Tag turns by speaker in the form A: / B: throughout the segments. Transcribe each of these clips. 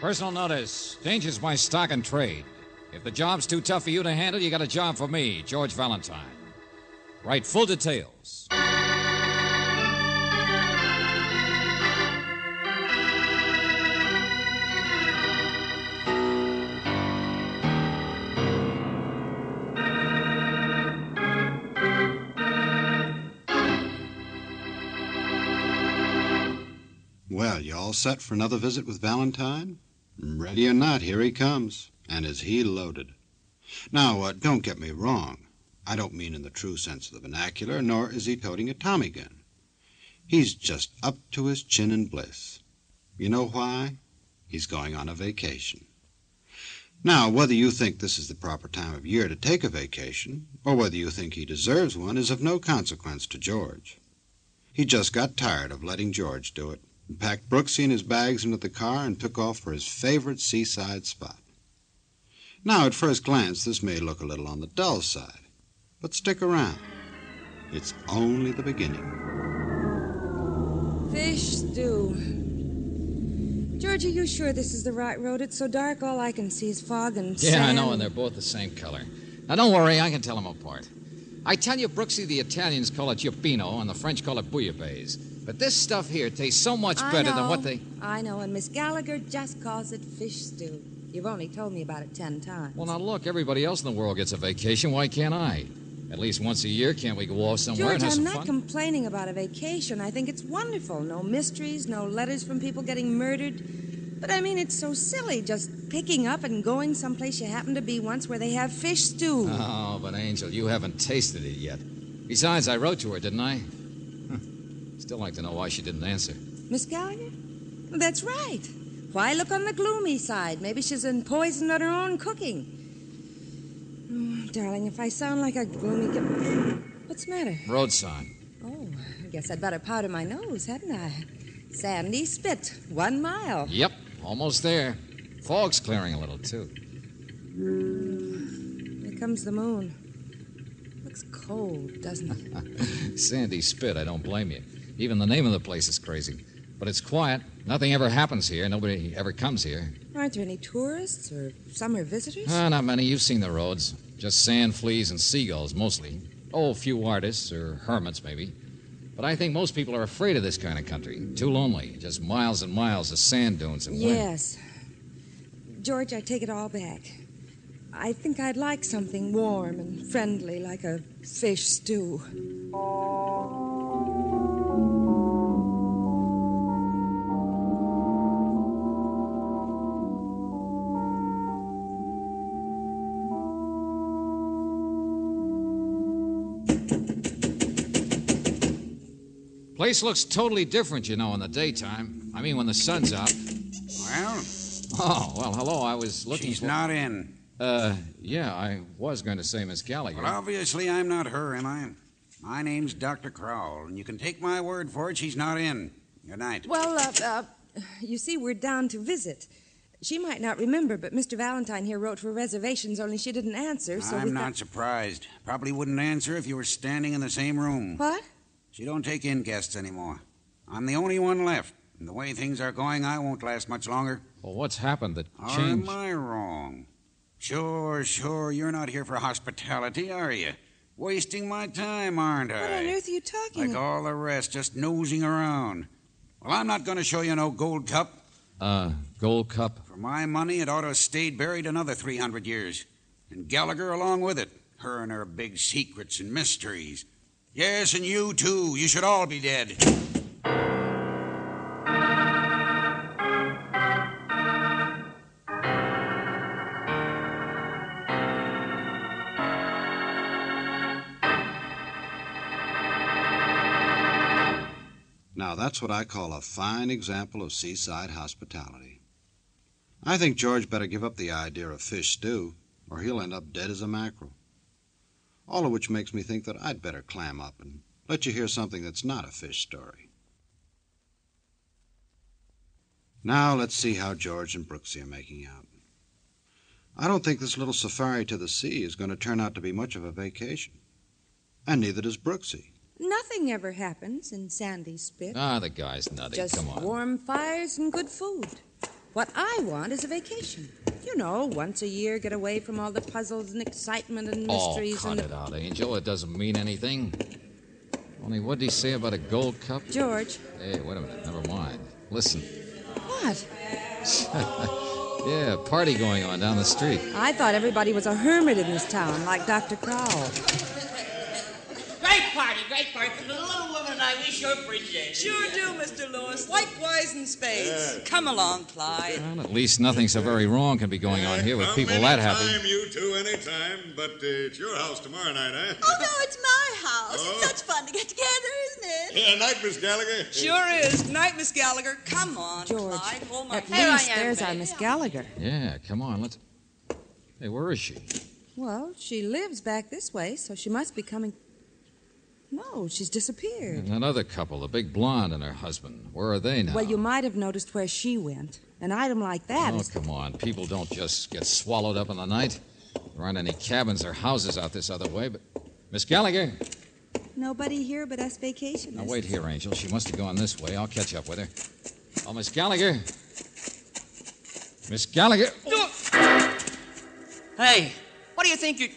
A: Personal notice changes my stock and trade. If the job's too tough for you to handle, you got a job for me, George Valentine. Write full details.
B: Well, you all set for another visit with Valentine? Mm, Ready or not, here he comes. And is he loaded? Now, uh, don't get me wrong. I don't mean in the true sense of the vernacular, nor is he toting a Tommy gun. He's just up to his chin in bliss. You know why? He's going on a vacation. Now, whether you think this is the proper time of year to take a vacation, or whether you think he deserves one, is of no consequence to George. He just got tired of letting George do it and packed Brooksy and his bags into the car and took off for his favorite seaside spot. Now, at first glance, this may look a little on the dull side, but stick around. It's only the beginning.
C: Fish stew. George, are you sure this is the right road? It's so dark, all I can see is fog and
A: Yeah, I
C: sand.
A: know, and they're both the same color. Now, don't worry, I can tell them apart. I tell you, Brooksy, the Italians call it Giappino, and the French call it Bouillabaisse. But this stuff here tastes so much
C: I
A: better
C: know,
A: than what they.
C: I know, and Miss Gallagher just calls it fish stew. You've only told me about it ten times.
A: Well, now look, everybody else in the world gets a vacation. Why can't I? At least once a year, can't we go off somewhere and
C: George,
A: have
C: I'm
A: some
C: not
A: fun?
C: complaining about a vacation. I think it's wonderful. No mysteries, no letters from people getting murdered. But I mean, it's so silly just picking up and going someplace you happen to be once where they have fish stew.
A: Oh, but Angel, you haven't tasted it yet. Besides, I wrote to her, didn't I? Huh. Still like to know why she didn't answer.
C: Miss Gallagher? That's right. Why look on the gloomy side? Maybe she's in poison at her own cooking. Oh, darling, if I sound like a gloomy. Gal- What's the matter?
A: Road sign.
C: Oh, I guess I'd better powder my nose, hadn't I? Sandy Spit, one mile.
A: Yep, almost there. Fog's clearing a little, too.
C: Here comes the moon. Looks cold, doesn't it?
A: Sandy Spit, I don't blame you. Even the name of the place is crazy. But it's quiet. Nothing ever happens here. Nobody ever comes here.
C: Aren't there any tourists or summer visitors?
A: Ah, not many. You've seen the roads. Just sand, fleas, and seagulls, mostly. Oh, a few artists or hermits, maybe. But I think most people are afraid of this kind of country. Too lonely. Just miles and miles of sand dunes and wind.
C: yes. George, I take it all back. I think I'd like something warm and friendly, like a fish stew.
A: Place looks totally different, you know, in the daytime. I mean, when the sun's out.
D: Well,
A: Oh, well, hello. I was looking
D: she's
A: for.
D: not in.
A: Uh, yeah, I was going to say Miss Gallagher.
D: Well, obviously, I'm not her, am I? My name's Dr. Crowell, and you can take my word for it, she's not in. Good night.
C: Well, uh, uh, you see, we're down to visit. She might not remember, but Mr. Valentine here wrote for reservations, only she didn't answer, so we
D: I'm not
C: thought-
D: surprised. Probably wouldn't answer if you were standing in the same room.
C: What?
D: She don't take in guests anymore. I'm the only one left. And the way things are going, I won't last much longer.
A: Well, what's happened that
D: Or
A: changed?
D: am I wrong? Sure, sure, you're not here for hospitality, are you? Wasting my time, aren't I?
C: What on earth are you talking
D: Like
C: about?
D: all the rest, just nosing around. Well, I'm not going to show you no gold cup.
A: Uh, Gold Cup.
D: For my money, it ought to have stayed buried another 300 years. And Gallagher along with it. Her and her big secrets and mysteries. Yes, and you too. You should all be dead.
B: Now, that's what I call a fine example of seaside hospitality. I think George better give up the idea of fish stew, or he'll end up dead as a mackerel. All of which makes me think that I'd better clam up and let you hear something that's not a fish story. Now, let's see how George and Brooksy are making out. I don't think this little safari to the sea is going to turn out to be much of a vacation. And neither does Brooksy.
C: Nothing ever happens in Sandy Spit.
A: Ah, the guy's nutty.
C: Just
A: Come on.
C: warm fires and good food. What I want is a vacation. You know, once a year, get away from all the puzzles and excitement and
A: Oh,
C: mysteries
A: cut
C: and the
A: it out, Angel. It doesn't mean anything. Only what'd he say about a gold cup?
C: George,
A: Hey, wait a minute. Never mind. Listen.
C: what?
A: Yeah, party going on down the street.
C: I thought everybody was a hermit in this town, like Dr. Crowell.
E: Great party, great party. For the little woman, I wish your princess.
F: Sure do, Mr. Lewis. Likewise in spades. Come along, Clyde.
A: Well, at least nothing so very wrong can be going on here with
G: Come
A: people that
G: anytime,
A: happy.
G: you two, anytime. But uh, it's your house tomorrow night, eh?
F: Oh, no, it's my house.
G: Oh.
F: It's such fun to get together, isn't it?
G: Yeah, night, Miss Gallagher.
F: Sure is. Good night, Miss Gallagher. Come on,
C: George,
F: Clyde. Hold my
C: at
F: Here I
C: least
F: am,
C: there's our
F: babe.
C: Miss Gallagher.
A: Yeah, come on. Let's. Hey, where is she?
C: Well, she lives back this way, so she must be coming. No, she's disappeared.
A: And that other couple, the big blonde and her husband. Where are they now?
C: Well, you might have noticed where she went. An item like that
A: Oh,
C: is-
A: come on. People don't just get swallowed up in the night. There aren't any cabins or houses out this other way, but. Miss Gallagher!
C: Nobody here but us vacationists.
A: Now, wait here, Angel. She must have gone this way. I'll catch up with her. Oh, Miss Gallagher! Miss Gallagher!
E: Hey, what do you think you're.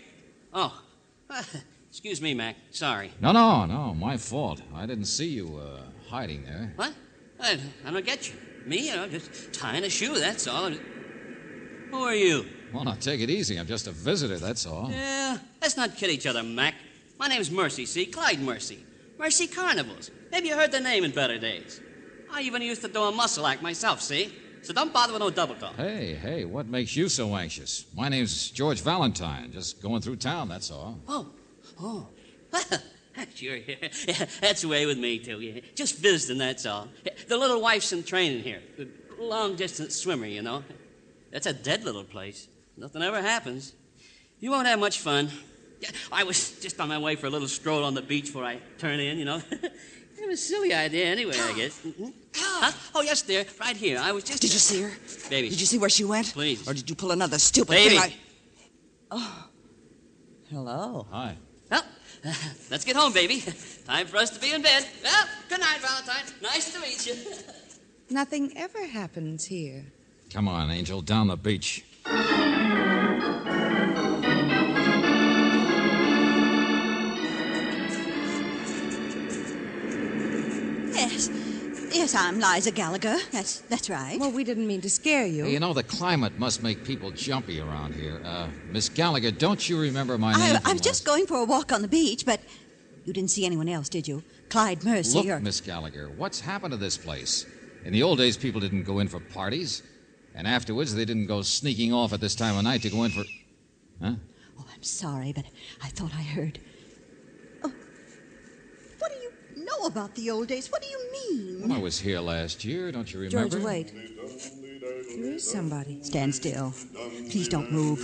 E: Oh. Excuse me, Mac. Sorry.
A: No, no, no. My fault. I didn't see you uh, hiding there.
E: What? I, I don't get you. Me? You know, just tying a shoe, that's all. Who are you?
A: Well, now take it easy. I'm just a visitor, that's all.
E: Yeah, let's not kid each other, Mac. My name's Mercy, see? Clyde Mercy. Mercy Carnivals. Maybe you heard the name in better days. I even used to do a muscle act myself, see? So don't bother with no double talk.
A: Hey, hey, what makes you so anxious? My name's George Valentine. Just going through town, that's all.
E: Oh, oh. sure, yeah. that's the way with me, too. Yeah. Just visiting, that's all. The little wife's in training here. Long distance swimmer, you know. That's a dead little place. Nothing ever happens. You won't have much fun. I was just on my way for a little stroll on the beach before I turn in, you know. kind of a silly idea, anyway, I guess. Mhm. Huh? Oh, yes, dear. Right here. I was just.
F: Did you see her?
E: Baby.
F: Did you see where she went?
E: Please.
F: Or did you pull another stupid
E: Baby.
F: thing? I... Oh. Hello.
A: Hi.
E: Well, let's get home, baby. Time for us to be in bed. Well, good night, Valentine. Nice to meet you.
C: Nothing ever happens here.
A: Come on, Angel, down the beach.
F: Yes. Yes, I'm Liza Gallagher. That's that's right.
C: Well, we didn't mean to scare you.
A: Hey, you know, the climate must make people jumpy around here. Uh, Miss Gallagher, don't you remember my name?
F: I,
A: from
F: I was
A: last-
F: just going for a walk on the beach, but you didn't see anyone else, did you? Clyde Mercy or
A: Look, Miss Gallagher, what's happened to this place? In the old days, people didn't go in for parties, and afterwards, they didn't go sneaking off at this time of night to go in for. Huh?
F: Oh, I'm sorry, but I thought I heard. Oh, what do you know about the old days? What do you mean?
A: Well, I was here last year, don't you remember?
C: George, wait. There is somebody.
F: Stand still. Please don't move.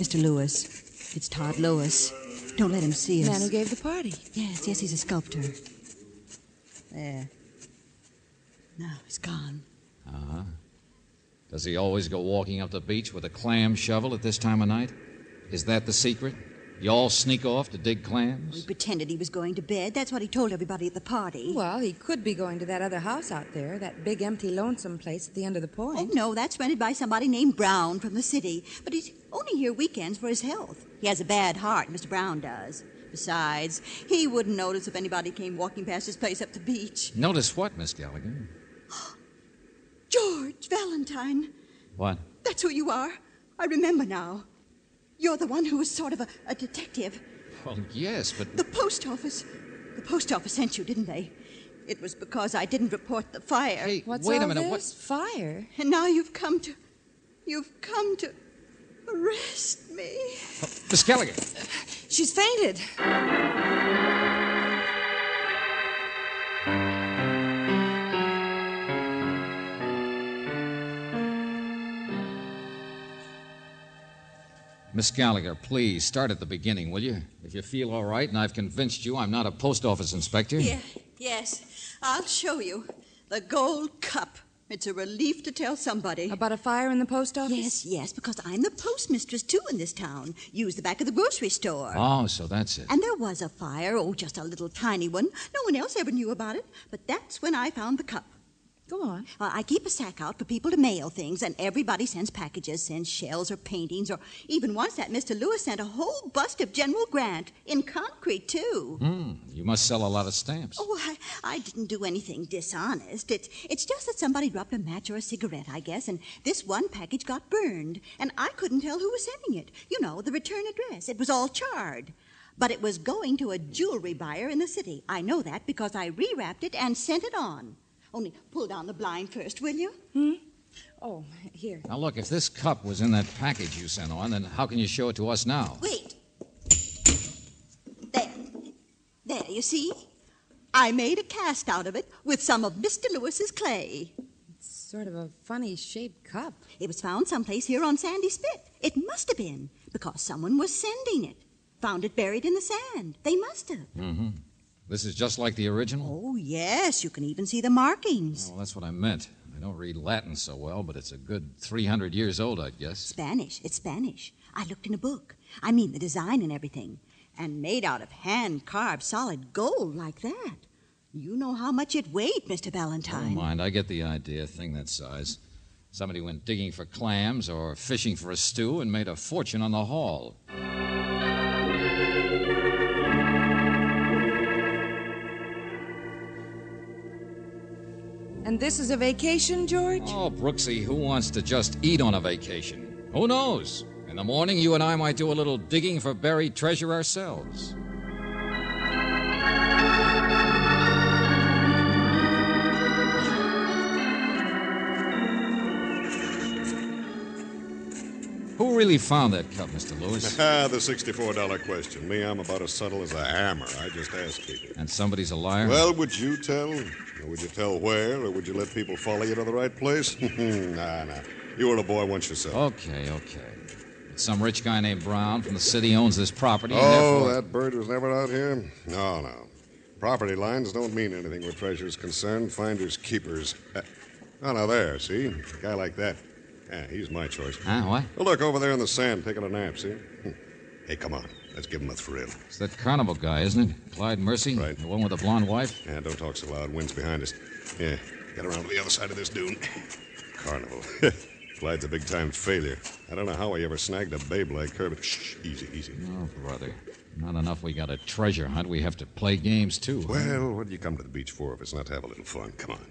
F: Mr. Lewis. It's Todd Lewis. Don't let him see
C: The
F: us.
C: man who gave the party.
F: Yes, yes, he's a sculptor. There. Now he's gone.
A: Does he always go walking up the beach with a clam shovel at this time of night? Is that the secret? You all sneak off to dig
F: He
A: clams?
F: pretended he was going to bed. That's what he told everybody at the party.
C: Well, he could be going to that other house out there, that big, empty, lonesome place at the end of the
F: Oh,
C: point.
F: no, that's rented by somebody named Brown from the city. But he's only here weekends for his health. He has a bad heart, Mr. Brown does. Besides, he wouldn't notice if anybody came walking past his place up the beach.
A: Notice what, Miss Gallagher?
F: George Valentine,
A: What?
F: that's who Oh, you are. I remember now. You're the one who was sort of a, a detective.
A: Well, yes, but
F: The post office. The post office sent you, didn't they? It was because I didn't report the fire.
A: hey,
C: What's
A: wait
C: all
A: a minute.
C: This? Fire?
F: And now you've come to. You've come to arrest me.
A: What? Miss Gallagher.
C: She's fainted.
A: Miss Gallagher, please start at the beginning, will you? If you feel all right and I've convinced you I'm not a post office inspector.
F: Yeah, yes. I'll show you. The gold cup. It's a relief to tell somebody.
C: About a fire in the post office?
F: Yes, yes, because I'm the postmistress too in this town. Use the back of the grocery store.
A: Oh, so that's it.
F: And there was a fire, oh, just a little tiny one. No one else ever knew about it, but that's when I found the cup.
C: Go on.
F: Uh, I keep a sack out for people to mail things, and everybody sends packages, sends shells or paintings, or even once that Mr. Lewis sent a whole bust of General Grant, in concrete, too.
A: Hmm, you must sell a lot of stamps.
F: Oh, I, I didn't do anything dishonest. It, it's just that somebody dropped a match or a cigarette, I guess, and this one package got burned, and I couldn't tell who was sending it. You know, the return address. It was all charred. But it was going to a jewelry buyer in the city. I know that because I rewrapped it and sent it on. Only pull down the blind first, will you?
C: Oh, here.
A: Now, look, if this cup was in that package you sent on, then how can you show it to us now?
F: Wait. There. There, you see? I made a cast out of it with some of Mr. Lewis's clay.
C: Sort of a funny shaped cup.
F: It was found someplace here on Sandy Spit. It must have been, because someone was sending it. Found it buried in the sand. They must have.
A: This is just like the original?
F: Oh, yes, you can even see the markings.
A: Well, that's what I meant. I don't read Latin so well, but it's a good 300 years old, I guess.
F: Spanish. It's Spanish. I looked in a book. I mean, the design and everything. And made out of hand carved solid gold like that. You know how much it weighed, Mr.
A: Never
F: Valentine.
A: mind, I get the idea. A thing that size. Somebody went digging for clams or fishing for a stew and made a fortune on the haul.
C: And this is a vacation, George?
A: Oh, Brooksy, who wants to just eat on a vacation? Who knows? In the morning, you and I might do a little digging for buried treasure ourselves. Who really found that cup, Mr. Lewis?
G: Ah, the $64 question. Me, I'm about as subtle as a hammer. I just ask people.
A: And somebody's a liar?
G: Well, would you tell? Or would you tell where? Or would you let people follow you to the right place? nah, nah. You were a boy once yourself.
A: Okay, okay. Some rich guy named Brown from the city owns this property. and
G: Oh,
A: therefore-
G: that bird was never out here? No, no. Property lines don't mean anything where treasure's concerned. Finders, keepers. Oh, now there, see? A guy like that. Yeah, he's my choice.
A: Huh? What?
G: Oh, look, over there in the sand, taking a nap, see? Hmm. Hey, come on. Let's give him a thrill.
A: It's that carnival guy, isn't it? Clyde Mercy?
G: Right.
A: The one with the blonde wife?
G: Yeah, don't talk so loud. Wind's behind us. Yeah, get around to the other side of this dune. Carnival. Clyde's a big time failure. I don't know how he ever snagged a babe like her, but shh, easy, easy.
A: Oh, brother. Not enough we got a treasure hunt, we have to play games, too.
G: Well, what do you come to the beach for if it's not to have a little fun? Come on.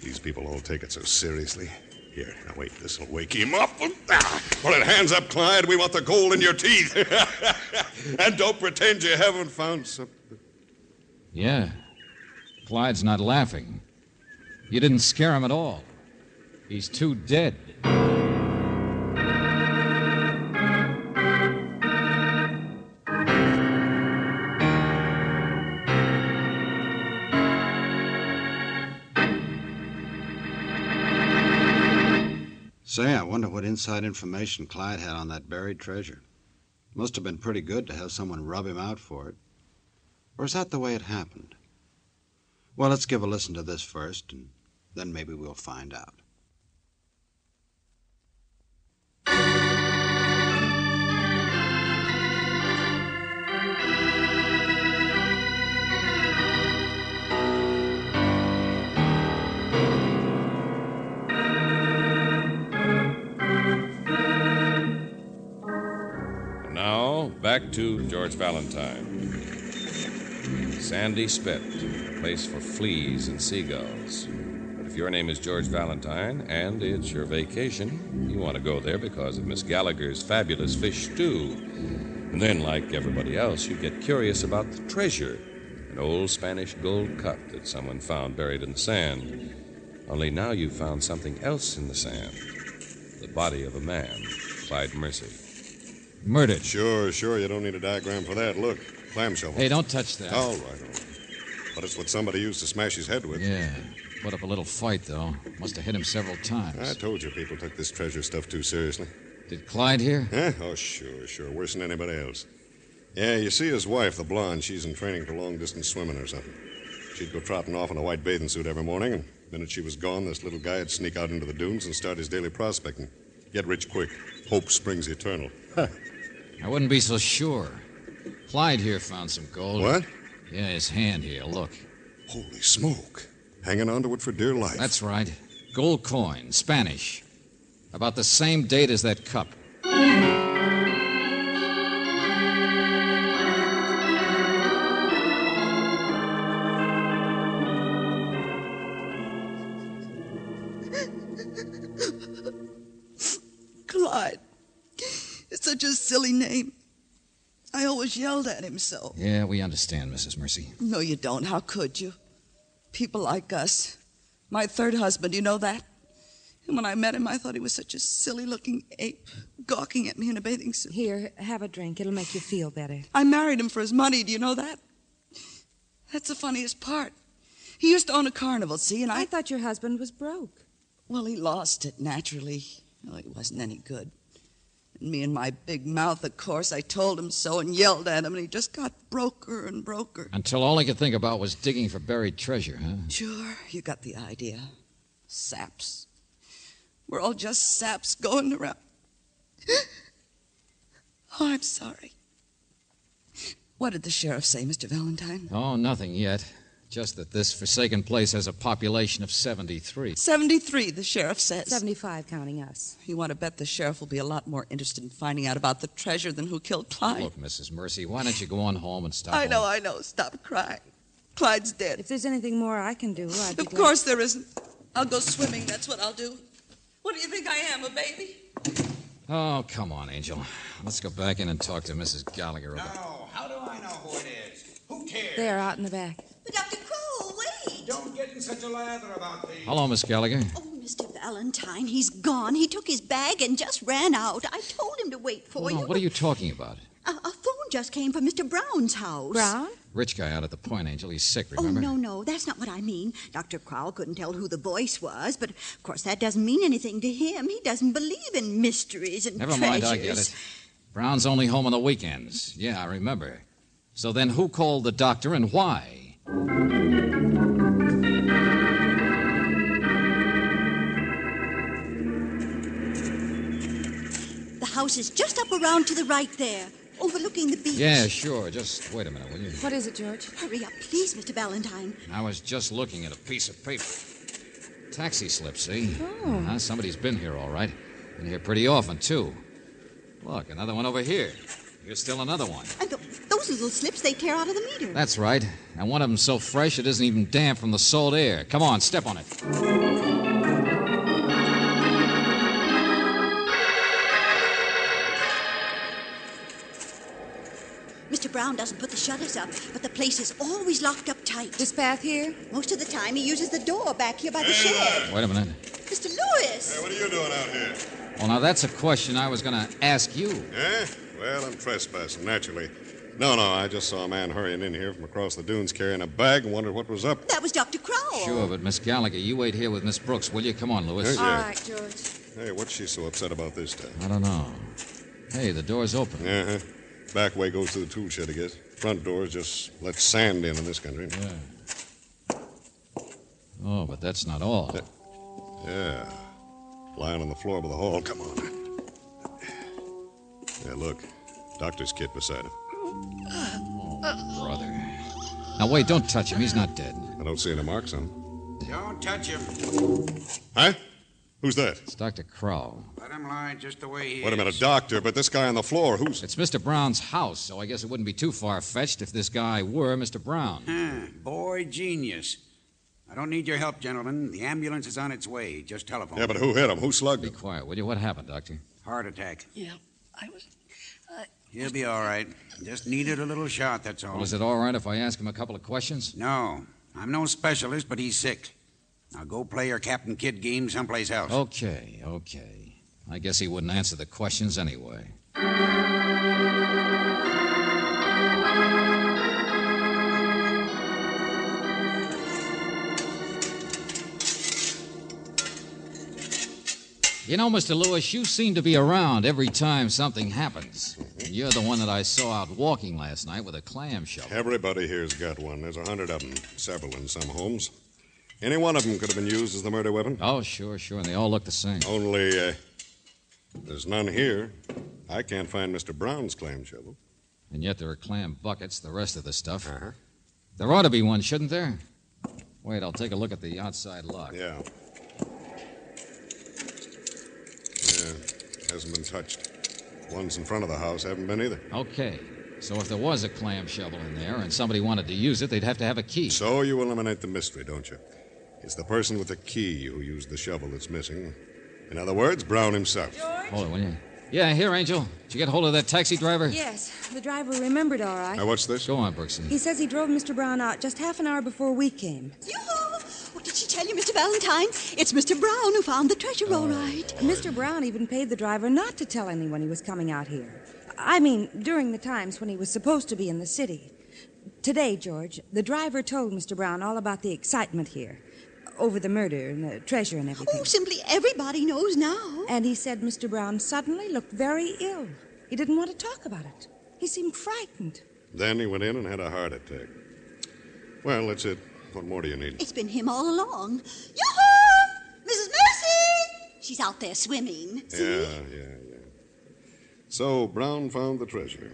G: These people all take it so seriously. Here, now wait, this'll wake him up. Ah! Well, it hands up, Clyde. We want the gold in your teeth. and don't pretend you haven't found something.
A: Yeah. Clyde's not laughing. You didn't scare him at all. He's too dead.
B: Say, I wonder what inside information Clyde had on that buried treasure. Must have been pretty good to have someone rub him out for it. Or is that the way it happened? Well, let's give a listen to this first, and then maybe we'll find out.
H: And now, back to George Valentine. Sandy Spit, a place for fleas and seagulls. But if your name is George Valentine and it's your vacation, you want to go there because of Miss Gallagher's fabulous fish stew. And then, like everybody else, you get curious about the treasure an old Spanish gold cup that someone found buried in the sand. Only now you found something else in the sand the body of a man, Clyde Mercy.
A: Murdered.
G: Sure, sure. You don't need a diagram for that. Look, clam shovel.
A: Hey, don't touch that.
G: All right, all right. But it's what somebody used to smash his head with.
A: Yeah. Put up a little fight, though. Must have hit him several times.
G: I told you people took this treasure stuff too seriously.
A: Did Clyde hear?
G: Huh? Oh, sure, sure. Worse than anybody else. Yeah, you see his wife, the blonde, she's in training for long distance swimming or something. She'd go trotting off in a white bathing suit every morning, and the minute she was gone, this little guy'd sneak out into the dunes and start his daily prospecting. Get rich quick. Hope springs eternal.
A: I wouldn't be so sure. Clyde here found some gold.
G: What?
A: Yeah, his hand here. Look.
G: Holy smoke. Hanging onto it for dear life.
A: That's right. Gold coin, Spanish. About the same date as that cup.
I: Clyde. It's such a silly name. I always yelled at him so.
A: Yeah, we understand, Mrs. Mercy.
I: No, you don't. How could you? People like us. My third husband, you know that? And when I met him, I thought he was such a silly looking ape, gawking at me in a bathing suit.
C: Here, have a drink. It'll make you feel better.
I: I married him for his money, do you know that? That's the funniest part. He used to own a carnival, see, and I.
C: I thought your husband was broke.
I: Well, he lost it, naturally. Well, he wasn't any good. And me and my big mouth, of course, I told him so and yelled at him, and he just got broker and broker.
A: Until all he could think about was digging for buried treasure, huh?
I: Sure, you got the idea. Saps. We're all just saps going around. Oh, I'm sorry. What did the sheriff say, Mr. Valentine?
A: Oh, nothing yet. Just that this forsaken place has a population of 73.
I: 73, the sheriff says.
C: 75 counting us.
I: You want to bet the sheriff will be a lot more interested in finding out about the treasure than who killed Clyde.
A: Look, Mrs. Mercy, why don't you go on home and stop?
I: I know,
A: all-
I: I know. Stop crying. Clyde's dead.
C: If there's anything more I can do, I'd be
I: Of
C: glad-
I: course there isn't. I'll go swimming. That's what I'll do. What do you think I am, a baby?
A: Oh, come on, Angel. Let's go back in and talk to Mrs. Gallagher about.
D: No, how do I know who it is? Who cares?
C: There, out in the back.
F: But Dr. Cole, wait!
D: Don't get in such a lather about me.
A: Hello, Miss Gallagher.
F: Oh, Mr. Valentine, he's gone. He took his bag and just ran out. I told him to wait for
A: Hold
F: Oh, you.
A: on, what are you talking about?
F: A, a phone just came from Mr. Brown's house.
C: Brown?
A: Rich guy out at the point, Angel. He's sick,
F: Oh,
A: remember?
F: no, no, that's not what I mean. Dr. Crowell couldn't tell who the voice was, but of course that doesn't mean anything to him. He doesn't believe in mysteries and
A: Never
F: treasures.
A: mind, I get it. Brown's only home on the weekends. Yeah, I remember. So then who called the doctor and why?
F: The house is just up around to the right there, overlooking the beach.
A: Yeah, sure. Just wait a minute, will you?
C: What is it, George?
F: Hurry up, please, Mr. Valentine.
A: I was just looking at a piece of paper. Taxi slip, see? Oh. Uh-huh, somebody's been here, all right. Been here pretty often, too. Look, another one over here. Here's still another one.
F: And th- those little slips they tear out of the meter.
A: That's right. And one of them's so fresh it isn't even damp from the salt air. Come on, step on it.
F: Mr. Brown doesn't put the shutters up, but the place is always locked up tight.
C: This path here?
F: Most of the time, he uses the door back here by the
G: Hey,
F: shed.
A: Wait a minute.
F: Mr. Lewis!
G: Hey, what are you doing out here?
A: Well, now that's a question I was going to ask you.
G: Eh? Well, I'm trespassing, naturally. No, no, I just saw a man hurrying in here from across the dunes carrying a bag and wondered what was up.
F: That was Dr. Crowell.
A: Sure, but Miss Gallagher, you wait here with Miss Brooks, will you? Come on, Lewis.
G: Hey. Yeah.
C: All right, George.
G: Hey, what's she so upset about this time?
A: I don't know. Hey, the door's open.
G: Uh huh. Back way goes to the tool shed, I guess. Front doors just let sand in in this country.
A: Oh, but that's not all.
G: Yeah. Lying on the floor by the hall. Come on. Yeah, look. Doctor's kit beside him.
A: Brother. Now, wait, don't touch him. He's not dead.
G: I don't see any marks on him.
D: Don't touch him.
G: Huh? Who's that?
A: It's Dr. Crow.
D: Let him lie just the way he
G: Wait a
D: is.
G: minute, doctor, but this guy on the floor, who's.
A: It's Mr. Brown's house, so I guess it wouldn't be too far fetched if this guy were Mr. Brown.
D: Huh, boy genius. I don't need your help, gentlemen. The ambulance is on its way. Just telephone.
G: Yeah, but who hit him? Who slugged
A: Be
G: him?
A: quiet, will you? What happened, Doctor?
D: Heart attack.
I: Yeah, I was.
D: He'll be all right. Just needed a little shot, that's all.
A: Well, is it all right if I ask him a couple of questions?
D: No, I'm no specialist, but he's sick. Now go play your Captain Kidd game someplace else.
B: Oh.
A: Okay, okay. I guess he wouldn't answer the questions anyway. You know, Mr. Lewis, you seem to be around every time something happens. And you're the one that I saw out walking last night with a clam shovel.
G: Everybody here's got one. There's a hundred of them, several in some homes. Any one of them could have been used as the murder weapon.
A: Oh, sure, sure, and they all look the same.
G: Only uh, there's none here. I can't find Mr. Brown's clam shovel.
A: And yet there are clam buckets, the rest of the stuff. Uh-huh. There ought to be one, shouldn't there? Wait, I'll take a look at the outside lock.
G: Yeah. Yeah, hasn't been touched. Ones in front of the house haven't been either.
A: Okay. So if there was a clam shovel in there and somebody wanted to use it, they'd have to have a key.
G: So you eliminate the mystery, don't you? It's the person with the key who used the shovel that's missing. In other words, Brown himself.
A: Hold it, will you? Yeah, here, Angel. Did you get hold of that taxi driver?
C: Yes, the driver remembered all right.
G: Now, what's this?
A: Go on, Brooksy.
C: He says he drove Mr. Brown out just half an hour before we came.
F: What did she tell you, Mr. Valentine? It's Mr. Brown who found the treasure, all right.
C: Mr. Brown even paid the driver not to tell anyone he was coming out here. I mean, during the times when he was supposed to be in the city. Today, George, the driver told Mr. Brown all about the excitement here over the murder and the treasure and everything.
F: Oh, simply everybody knows now.
C: And he said Mr. Brown suddenly looked very ill. He didn't want to talk about it. He seemed frightened.
G: Then he went in and had a heart attack. Well, that's it. What more do you need?
F: It's been him all along. Yoo-hoo! Mrs. Mercy! She's out there swimming. See?
G: Yeah, yeah, yeah. So Brown found the treasure.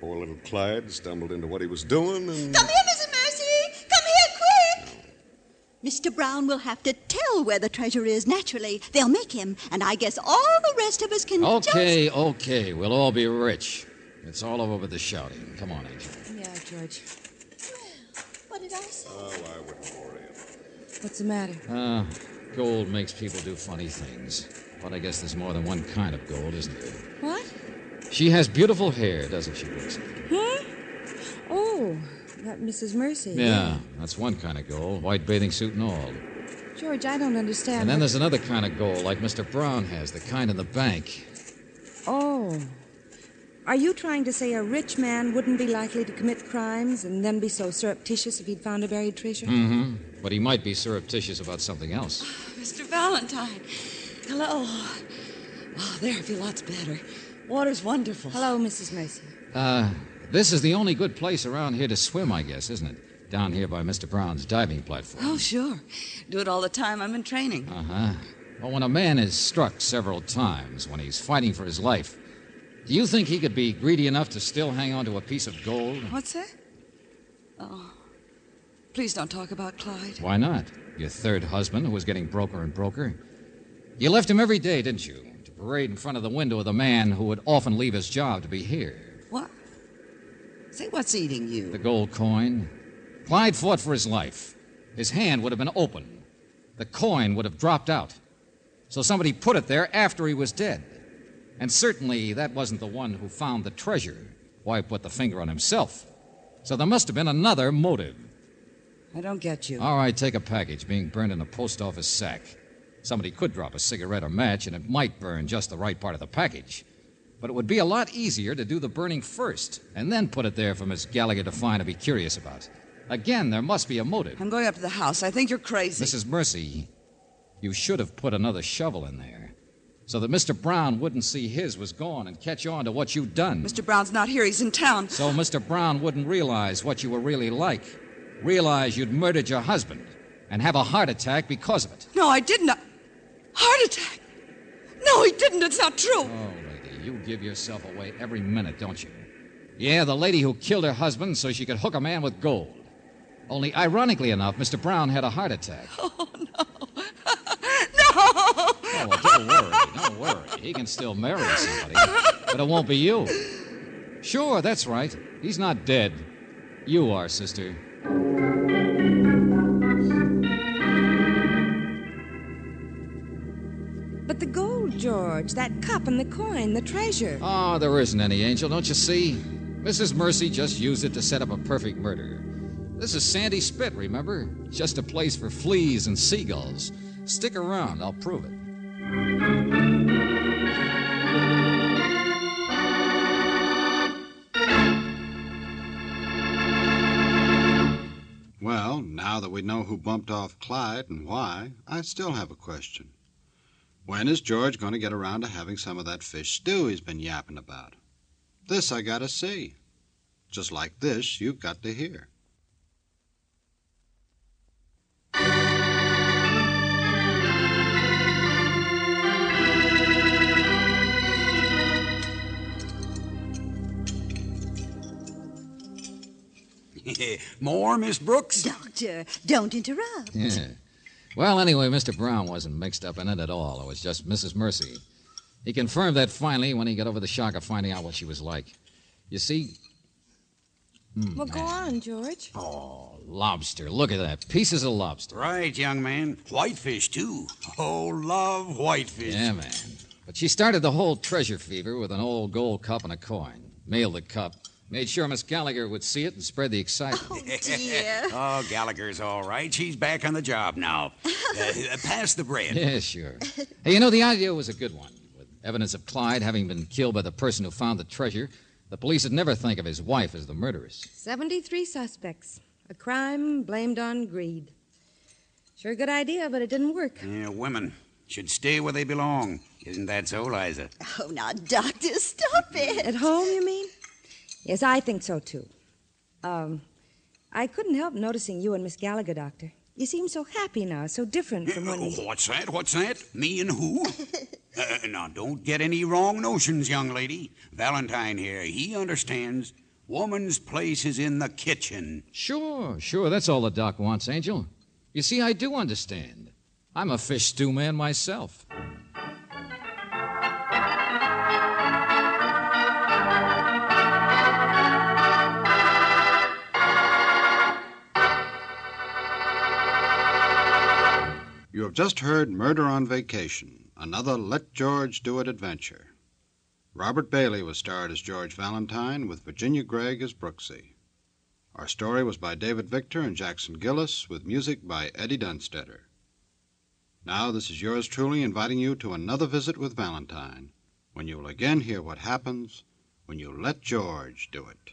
G: Poor little Clyde stumbled into what he was doing and.
F: Come here, Mrs. Mercy! Come here, quick! Mr. Brown will have to tell where the treasure is, naturally. They'll make him, and I guess all the rest of us can
A: Okay, okay. We'll all be rich. It's all over with the shouting. Come on, Angel.
C: Yeah, George.
F: just. What did I say?
G: Oh, I wouldn't worry.
C: What's the matter?
A: Uh, gold makes people do funny things. But I guess there's more than one kind of gold, isn't there?
C: What?
A: She has beautiful hair, doesn't she, Brooksy?
C: Hmm? Oh, that Mrs. Mercy.
A: Yeah, that's one kind of gold. White bathing suit and all.
C: George, I don't understand.
A: And then
C: what-
A: there's another kind of gold, like Mr. Brown has, the kind in the bank.
C: Oh. Are you trying to say a rich man wouldn't be likely to commit crimes and then be so surreptitious if he'd found a buried treasure?
A: Mm-hmm. But he might be surreptitious about something else.
I: Mr. Valentine. Hello. Oh, there, I feel lots better. Water's wonderful.
C: Hello, Mrs. Mercy.
A: Uh, this is the only good place around here to swim, I guess, isn't it? Down here by Mr. Brown's diving platform.
I: Oh, sure. Do it all the time. I'm in training.
A: Uh-huh. Well, when a man is struck several times, when he's fighting for his life, do you think he could be greedy enough to still hang on to a piece of gold?
I: What's that? Oh. Please don't talk about Clyde.
A: Why not? Your third husband, who was getting broker and broker. You left him every day, didn't you? To parade in front of the window of the man who would often leave his job to be here.
I: What? Say, what's eating you?
A: The gold coin. Clyde fought for his life. His hand would have been open. The coin would have dropped out. So somebody put it there after he was dead. And certainly that wasn't the one who found the treasure. Why put the finger on himself? So there must have been another motive.
I: I don't get you.
A: All right, take a package being burned in a post office sack. Somebody could drop a cigarette or match, and it might burn just the right part of the package. But it would be a lot easier to do the burning first, and then put it there for Miss Gallagher to find and be curious about. Again, there must be a motive.
I: I'm going up to the house. I think you're crazy.
A: Mrs. Mercy, you should have put another shovel in there so that Mr. Brown wouldn't see his was gone and catch on to what you'd done.
I: Mr. Brown's not here. He's in town.
A: So Mr. Brown wouldn't realize what you were really like, realize you'd murdered your husband, and have a heart attack because of it.
I: No, I did not. Heart attack. No, he didn't. It's not true.
A: Oh, lady, you give yourself away every minute, don't you? Yeah, the lady who killed her husband so she could hook a man with gold. Only, ironically enough, Mr. Brown had a heart attack. Oh, no. no! Oh, well, don't worry. Don't worry. He can still marry somebody, but it won't be you. Sure, that's right. He's not dead. You are, sister.
C: But the gold, George, that cup and the coin, the treasure.
A: Ah, there isn't any angel, don't you see? Mrs. Mercy just used it to set up a perfect murder. This is Sandy Spit, remember? Just a place for fleas and seagulls. Stick around, I'll prove it.
B: Well, now that we know who bumped off Clyde and why, I still have a question. When is George going to get around to having some of that fish stew he's been yapping about? This I gotta see. Just like this, you've got to hear.
D: More, Miss Brooks?
F: Doctor, don't interrupt.
A: Yeah. Well, anyway, Mr. Brown wasn't mixed up in it at all. It was just Mrs. Mercy. He confirmed that finally when he got over the shock of finding out what she was like. You see,
J: Well, go on, George.
A: Oh. lobster. Look at that. Pieces of lobster.
D: Right, young man. Whitefish, too. Oh, love whitefish.
A: Yeah, man. But she started the whole treasure fever with an old gold cup and a coin. Mailed the cup. Made sure Miss Gallagher would see it and spread the excitement.
D: Yeah. oh, Gallagher's all right. She's back on the job now. Uh, uh, pass the bread.
A: Yeah, sure. Hey, you know, the idea was a good one. With evidence of Clyde having been killed by the person who found the treasure, the police would never think of his wife as the murderess.
C: 73 suspects. A crime blamed on greed. Sure, good idea, but it didn't work.
D: Yeah, women should stay where they belong. Isn't that so, Liza?
C: Oh, now, Doctor, stop it. At home, you mean? Yes, I think so, too. Um, I couldn't help noticing you and Miss Gallagher, Doctor. You seem so happy now, so different from when we.
D: Oh, What's that? What's that? Me and who? uh, now, don't get any wrong notions, young lady. Valentine here, he understands. Woman's place is in the kitchen.
A: Sure, sure. That's all the doc wants, Angel. You see, I do understand. I'm a fish stew man myself.
B: You have just heard Murder on Vacation, another Let George Do It adventure. Robert Bailey was starred as George Valentine, with Virginia Gregg as Brooksy. Our story was by David Victor and Jackson Gillis, with music by Eddie Dunstetter. Now, this is yours truly inviting you to another visit with Valentine, when you will again hear what happens when you let George do it.